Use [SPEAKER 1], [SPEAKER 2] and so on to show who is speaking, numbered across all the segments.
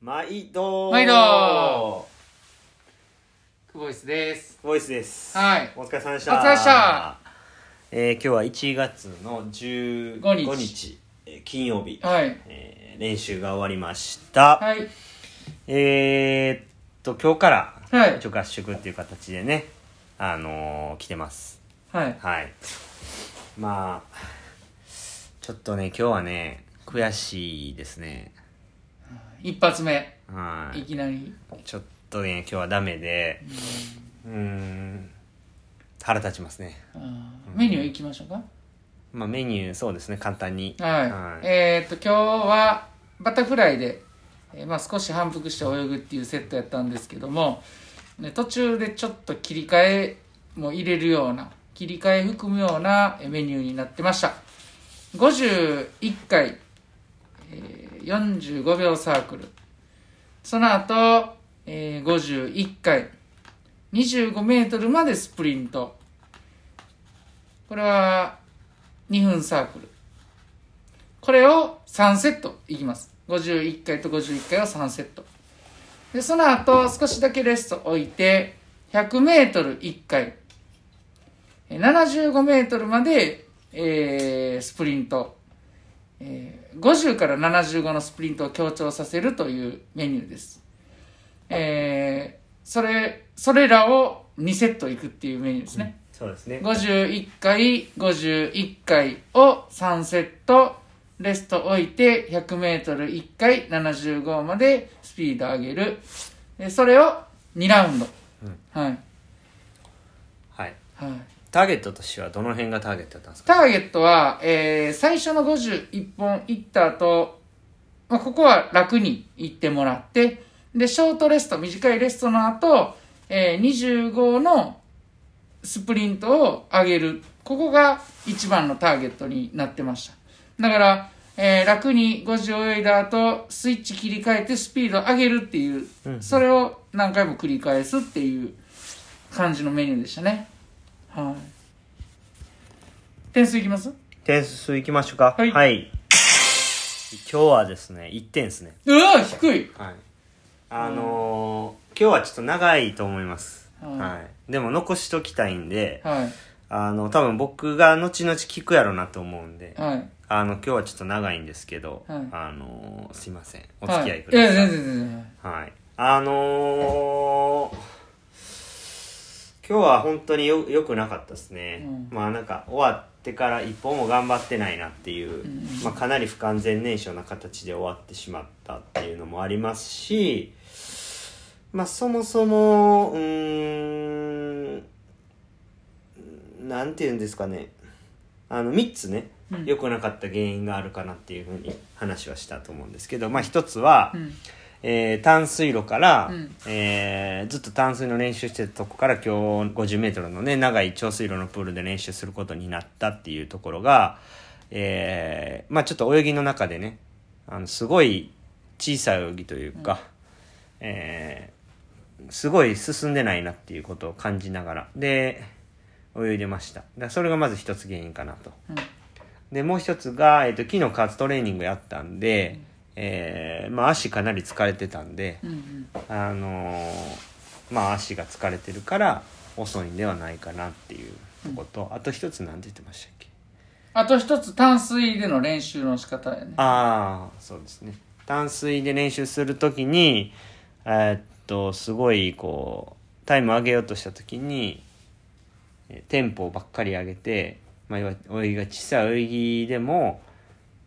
[SPEAKER 1] 毎度
[SPEAKER 2] 毎度久保イスです
[SPEAKER 1] ボイスです
[SPEAKER 2] はい
[SPEAKER 1] お疲れ様でした
[SPEAKER 2] お疲れ様でした
[SPEAKER 1] えー今日は1月の15
[SPEAKER 2] 5
[SPEAKER 1] 日
[SPEAKER 2] 日
[SPEAKER 1] えー金曜日、
[SPEAKER 2] はい
[SPEAKER 1] えー練習が終わりました、
[SPEAKER 2] はい
[SPEAKER 1] えー、っと今日から、
[SPEAKER 2] はい
[SPEAKER 1] 一応合宿っていう形でねあのー来てます
[SPEAKER 2] はい
[SPEAKER 1] はいまあちょっとね今日はね悔しいですね
[SPEAKER 2] 一発目
[SPEAKER 1] はい
[SPEAKER 2] いきなり
[SPEAKER 1] ちょっとね今日はダメでうーん腹立ちますね
[SPEAKER 2] あーメニューいきましょうか
[SPEAKER 1] まあメニューそうですね簡単に
[SPEAKER 2] はい、えーっと今日はバタフライで、えーまあ、少し反復して泳ぐっていうセットやったんですけども、ね、途中でちょっと切り替えも入れるような切り替え含むようなえーメニューになってました51回、えー45秒サークルその後、えー51回25メートルまでスプリントこれは2分サークルこれを3セットいきます。51回と51回を3セット。で、その後、少しだけレスト置いて、100メートル1回、えー75メートルまで、えースプリント、えー50から75のスプリントを強調させるというメニューです。えーそれ、それらを2セットいくっていうメニューですね。
[SPEAKER 1] そうですね
[SPEAKER 2] 51回51回を3セットレスト置いて 100m1 回75までスピード上げるでそれを2ラウンド、
[SPEAKER 1] うん
[SPEAKER 2] はい、
[SPEAKER 1] はい
[SPEAKER 2] はい、
[SPEAKER 1] ターゲットとしてはどの辺がターゲットだったんですか
[SPEAKER 2] ターゲットは、えー最初の51本いった後、まあ、ここは楽に行ってもらってでショートレスト短いレストの後、えー25のスプリントを上げるここが一番のターゲットになってましただから、えー楽に50泳いだ後スイッチ切り替えてスピード上げるっていう、
[SPEAKER 1] うん
[SPEAKER 2] それを何回も繰り返すっていう感じのメニューでしたねはい点数いきます
[SPEAKER 1] 点数いきましょうか
[SPEAKER 2] はい
[SPEAKER 1] 今日はですね1点ですね
[SPEAKER 2] うわ低い
[SPEAKER 1] はいあのー今日はちょっと長いと思います、
[SPEAKER 2] はい
[SPEAKER 1] はい、でも残しときたいんで
[SPEAKER 2] はい
[SPEAKER 1] あの多分僕が後々聞くやろうなと思うんで、
[SPEAKER 2] はい
[SPEAKER 1] あの今日はちょっと長いんですけど、
[SPEAKER 2] はい
[SPEAKER 1] あのーすいませんお
[SPEAKER 2] お
[SPEAKER 1] 付き合いください、
[SPEAKER 2] や全然全然
[SPEAKER 1] はい。あのー、今日は本当によ良くなかったですね、
[SPEAKER 2] うん
[SPEAKER 1] まあなんか終わってから一歩も頑張ってないなっていう、まあ、かなり不完全燃焼な形で終わってしまったっていうのもありますしまあそもそもうーんなんて言うんですかねあの3つね
[SPEAKER 2] うん
[SPEAKER 1] 良くなかった原因があるかなっていうふうに話はしたと思うんですけど、まあ、1つは、
[SPEAKER 2] うん
[SPEAKER 1] えー淡水路から、
[SPEAKER 2] うん
[SPEAKER 1] えーずっと淡水の練習してたとこから今日 50m のね長い長水路のプールで練習することになったっていうところが、えーまあ、ちょっと泳ぎの中でねあのすごい小さい泳ぎというか、えーすごい進んでないなっていうことを感じながらで泳いでましただからそれがまず一つ原因かなと。
[SPEAKER 2] うん
[SPEAKER 1] でもう一つが、えっと昨日加圧トレーニングやったんで、えーまあ、足かなり疲れてたんで、
[SPEAKER 2] うんうん
[SPEAKER 1] あのーまあ、足が疲れてるから遅いんではないかなっていうとこと、あと一つ何て言ってましたっけ
[SPEAKER 2] あと一つ淡水での練習の仕方やね
[SPEAKER 1] ああそうですね淡水で練習する時にえーっとすごいこうタイム上げようとした時にえーテンポばっかり上げて、まあ、要は泳ぎが小さい泳ぎでも、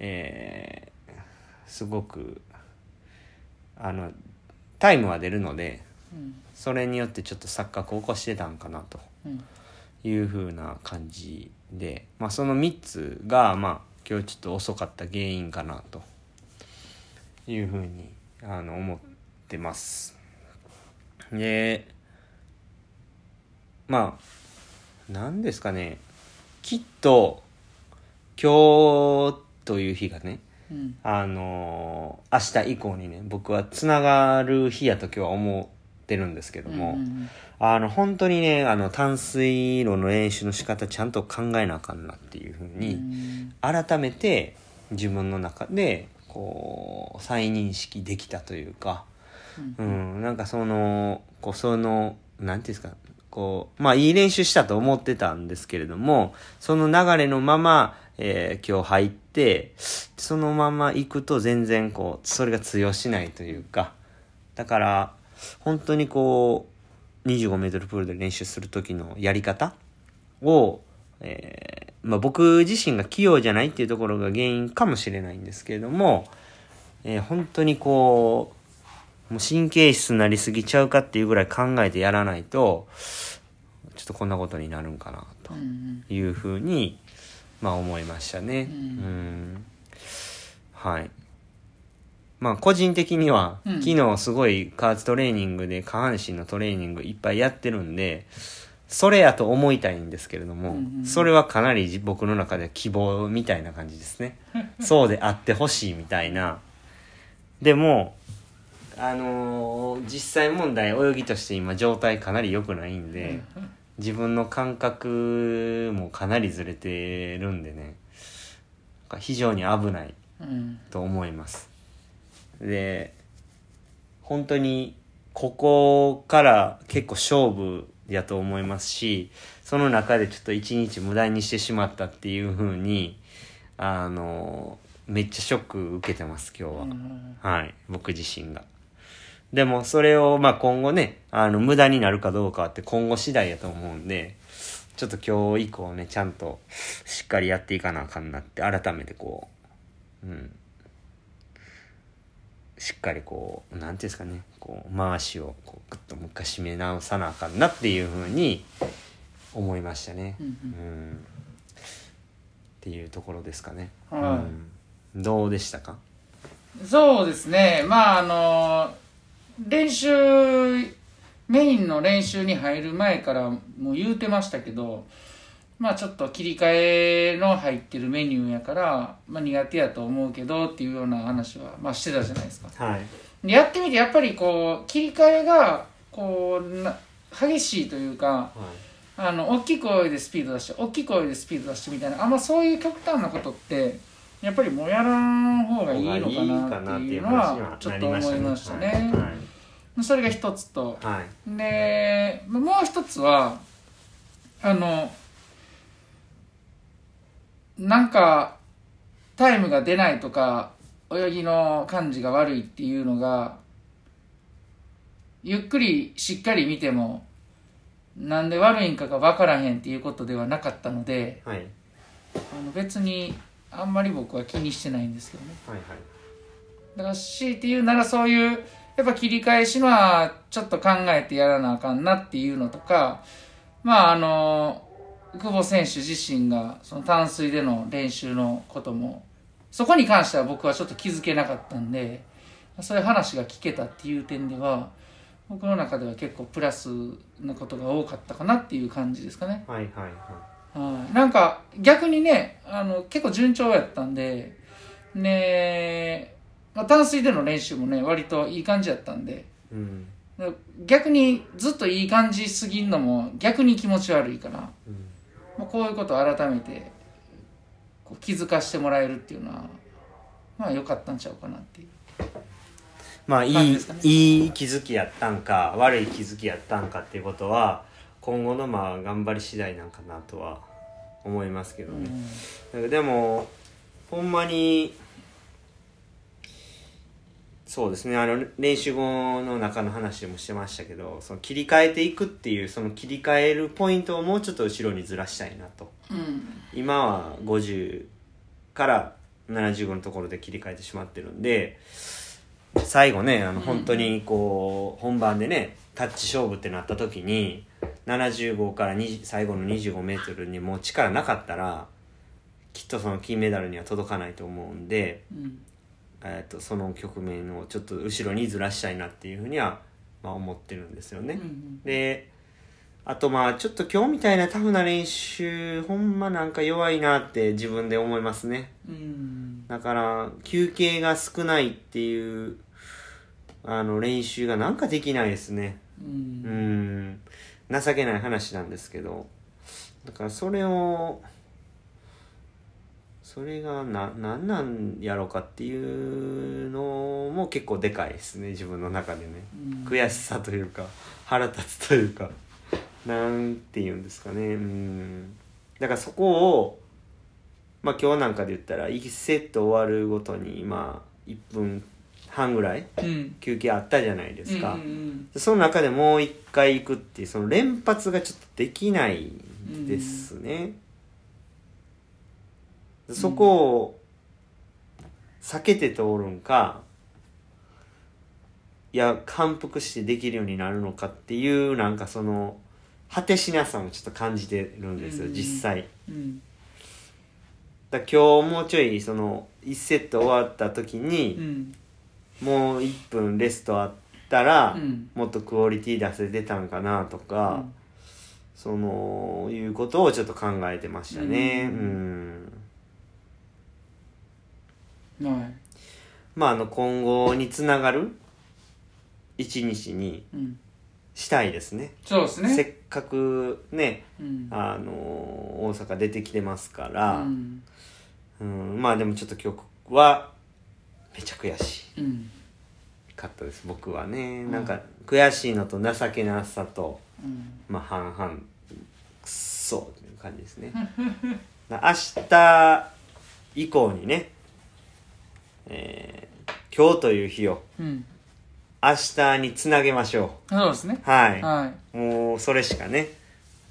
[SPEAKER 1] えーすごくあのタイムは出るので
[SPEAKER 2] うん
[SPEAKER 1] それによってちょっと錯覚を起こしてたんかなと
[SPEAKER 2] うん
[SPEAKER 1] いう風な感じで、まあ、その3つが、まあ、今日ちょっと遅かった原因かなという風にあの思ってます。でまあ何ですかねきっと今日という日がね
[SPEAKER 2] うん
[SPEAKER 1] あの明日以降にね僕はつながる日やと今日は思ってるんですけども。
[SPEAKER 2] うんうん
[SPEAKER 1] あの、本当にね、あの、淡水路の練習の仕方ちゃんと考えなあかんなっていうふう
[SPEAKER 2] うんう
[SPEAKER 1] に、
[SPEAKER 2] ん
[SPEAKER 1] 改めて自分の中で、ここう再認識できたというか、うんなんかそのこうそのなんていうんですかこうまあいい練習したと思ってたんですけれどもその流れのまま、えー今日入ってそのまま行くと全然こうそれが通用しないというかだから本当にこう2 5メートルプールで練習する時のやり方を、えーまあ、僕自身が器用じゃないっていうところが原因かもしれないんですけれども、えー本当にこうもう神経質になりすぎちゃうかっていうぐらい考えてやらないとちょっとこんなことになるんかなと
[SPEAKER 2] うんうん
[SPEAKER 1] いうふうに、まあ、思いましたね。う
[SPEAKER 2] う
[SPEAKER 1] んんはいまあ個人的には、
[SPEAKER 2] うん
[SPEAKER 1] 昨日すごい加圧トレーニングで下半身のトレーニングいっぱいやってるんでそれやと思いたいんですけれども、
[SPEAKER 2] うんうんうん
[SPEAKER 1] それはかなり僕の中では希望みたいな感じです ねそうであってほしいみたいなでもあのー実際問題泳ぎとして今状態かなり良くないんで、自分の感覚もかなりずれてるんでね非常に危ない
[SPEAKER 2] うん
[SPEAKER 1] と思いますで本当にここから結構勝負やと思いますしその中でちょっと一日無駄にしてしまったっていう風にあのめっちゃショック受けてます今日は、
[SPEAKER 2] うん
[SPEAKER 1] はい僕自身がでもそれをまあ今後ねあの無駄になるかどうかって今後次第やと思うんでちょっと今日以降ねちゃんとしっかりやっていかなあかんなって改めてこううんしっかりこうなんていうんですかねこう回しをこうグッともう一回締め直さなあかんなっていうふうに思いましたね、
[SPEAKER 2] う
[SPEAKER 1] うん
[SPEAKER 2] うん
[SPEAKER 1] んっていうところですかね、
[SPEAKER 2] は
[SPEAKER 1] うん、どうでしたか
[SPEAKER 2] そうですねまああの練習メインの練習に入る前からもう言うてましたけどまあちょっと切り替えの入ってるメニューやから、まあ、苦手やと思うけどっていうような話は、まあ、してたじゃないですか
[SPEAKER 1] はい
[SPEAKER 2] でやってみてやっぱりこう切り替えがこうな激しいというか
[SPEAKER 1] はい
[SPEAKER 2] あの大きい声でスピード出して大きい声でスピード出してみたいなあんまそういう極端なことってやっぱりもうやらん方がいいのかなっていうのはちょっと思いましたね。それが一つと
[SPEAKER 1] はい。
[SPEAKER 2] でもう一つはあのなんかタイムが出ないとか泳ぎの感じが悪いっていうのがゆっくりしっかり見てもなんで悪いんかが分からへんっていうことではなかったので
[SPEAKER 1] はい。はい。
[SPEAKER 2] あの別にあんまり僕は気にしてないんですけどね。
[SPEAKER 1] はい。
[SPEAKER 2] だから強いて言うならそういうやっぱ切り返しのはちょっと考えてやらなあかんなっていうのとかまああの久保選手自身がその淡水での練習のこともそこに関しては僕はちょっと気づけなかったんでそういう話が聞けたっていう点では僕の中では結構プラスなことが多かったかなっていう感じですかね。
[SPEAKER 1] はい。はい。
[SPEAKER 2] はいなんか逆にねあの結構順調やったんでねまあ、淡水での練習もね割といい感じやったんで
[SPEAKER 1] うん。
[SPEAKER 2] 逆にずっといい感じすぎんのも逆に気持ち悪いから、
[SPEAKER 1] うん。
[SPEAKER 2] まあ、こういうことを改めてこう気づかしてもらえるっていうのはまあ良かったんちゃうかなっていう。
[SPEAKER 1] まあ、い
[SPEAKER 2] 感じ
[SPEAKER 1] い
[SPEAKER 2] ですかね、
[SPEAKER 1] いい気づきやったんか、悪い気づきやったんかっていうことは。今後のまあ、頑張り次第なんかなとは。思いますけど
[SPEAKER 2] う
[SPEAKER 1] ね。
[SPEAKER 2] ん
[SPEAKER 1] なんかでも。ほんまに。そうですねあの練習後の中の話もしてましたけどその切り替えていくっていうその切り替えるポイントをもうちょっと後ろにずらしたいなと
[SPEAKER 2] うん
[SPEAKER 1] 今は50から75のところで切り替えてしまってるんで最後ねあの本当にこう本番でねタッチ勝負ってなった時に75から20最後の 25m にもう力なかったらきっとその金メダルには届かないと思うんで、
[SPEAKER 2] うん
[SPEAKER 1] えー、とその局面をちょっと後ろにずらしたいなっていうふうには、まあ、思ってるんですよね。
[SPEAKER 2] うん
[SPEAKER 1] であとまあちょっと今日みたいなタフな練習ほんまなんか弱いなって自分で思いますね
[SPEAKER 2] うん
[SPEAKER 1] だから休憩が少ないっていうあの練習がなんかできないですね
[SPEAKER 2] う
[SPEAKER 1] うんん情けない話なんですけどだからそれをそそれがな何なんやろうかっていうのも結構でかいですね自分の中でね、
[SPEAKER 2] うん
[SPEAKER 1] 悔しさというか腹立つというかなんて言うんですかねうんだからそこをまあ今日なんかで言ったら1セット終わるごとにまあ1分半ぐらい
[SPEAKER 2] うん
[SPEAKER 1] 休憩あったじゃないですか、
[SPEAKER 2] うんうん
[SPEAKER 1] その中でもう一回行くっていうその連発がちょっとできないですね、そこを避けて通るんかいや感服してできるようになるのかっていうなんかその果てしなさもちょっと感じてるんですよ、
[SPEAKER 2] うん
[SPEAKER 1] 実際
[SPEAKER 2] うん
[SPEAKER 1] だから今日もうちょいその1セット終わった時に、
[SPEAKER 2] うん
[SPEAKER 1] もう1分レストあったら、
[SPEAKER 2] うん
[SPEAKER 1] もっとクオリティ出せてたんかなとか、
[SPEAKER 2] うん
[SPEAKER 1] そのいうことをちょっと考えてましたね。う
[SPEAKER 2] うんんは
[SPEAKER 1] まああの今後につながる一日に
[SPEAKER 2] いうん
[SPEAKER 1] したいですね。
[SPEAKER 2] そうです
[SPEAKER 1] せ
[SPEAKER 2] ね
[SPEAKER 1] っかくね
[SPEAKER 2] うん
[SPEAKER 1] あの大阪出てきてますから
[SPEAKER 2] う、ん
[SPEAKER 1] うんまあでもちょっと今日はめちゃ悔し
[SPEAKER 2] うん
[SPEAKER 1] かったです僕はね。なんか悔しいのと情けなさと。
[SPEAKER 2] うん
[SPEAKER 1] まあ半々くっそっていう感じ ですねな明日以降にね、えー今日という日を
[SPEAKER 2] うん
[SPEAKER 1] 明日につなげましょ
[SPEAKER 2] そうですね
[SPEAKER 1] うはい、
[SPEAKER 2] は
[SPEAKER 1] もうそれしかね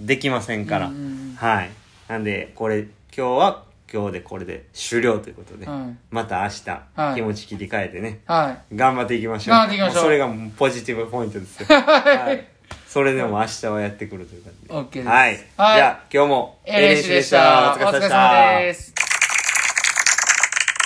[SPEAKER 1] できません
[SPEAKER 2] い
[SPEAKER 1] から、
[SPEAKER 2] うんうん
[SPEAKER 1] はいなんでこれ今日は今日でこれで終了ということで、
[SPEAKER 2] うんはい
[SPEAKER 1] また明日、
[SPEAKER 2] はい
[SPEAKER 1] 気持ち切り替えてね
[SPEAKER 2] はい
[SPEAKER 1] 頑張っていきましょう
[SPEAKER 2] 頑張っていきましょう
[SPEAKER 1] もそれがもうポジティブポイント ですよ、はい、それでも明日はやってくるという感じで
[SPEAKER 2] OK です
[SPEAKER 1] はい。じ
[SPEAKER 2] はい
[SPEAKER 1] ゃあ、今日も
[SPEAKER 2] エレシでした。
[SPEAKER 1] お疲れ様でした。
[SPEAKER 2] お疲れ様です。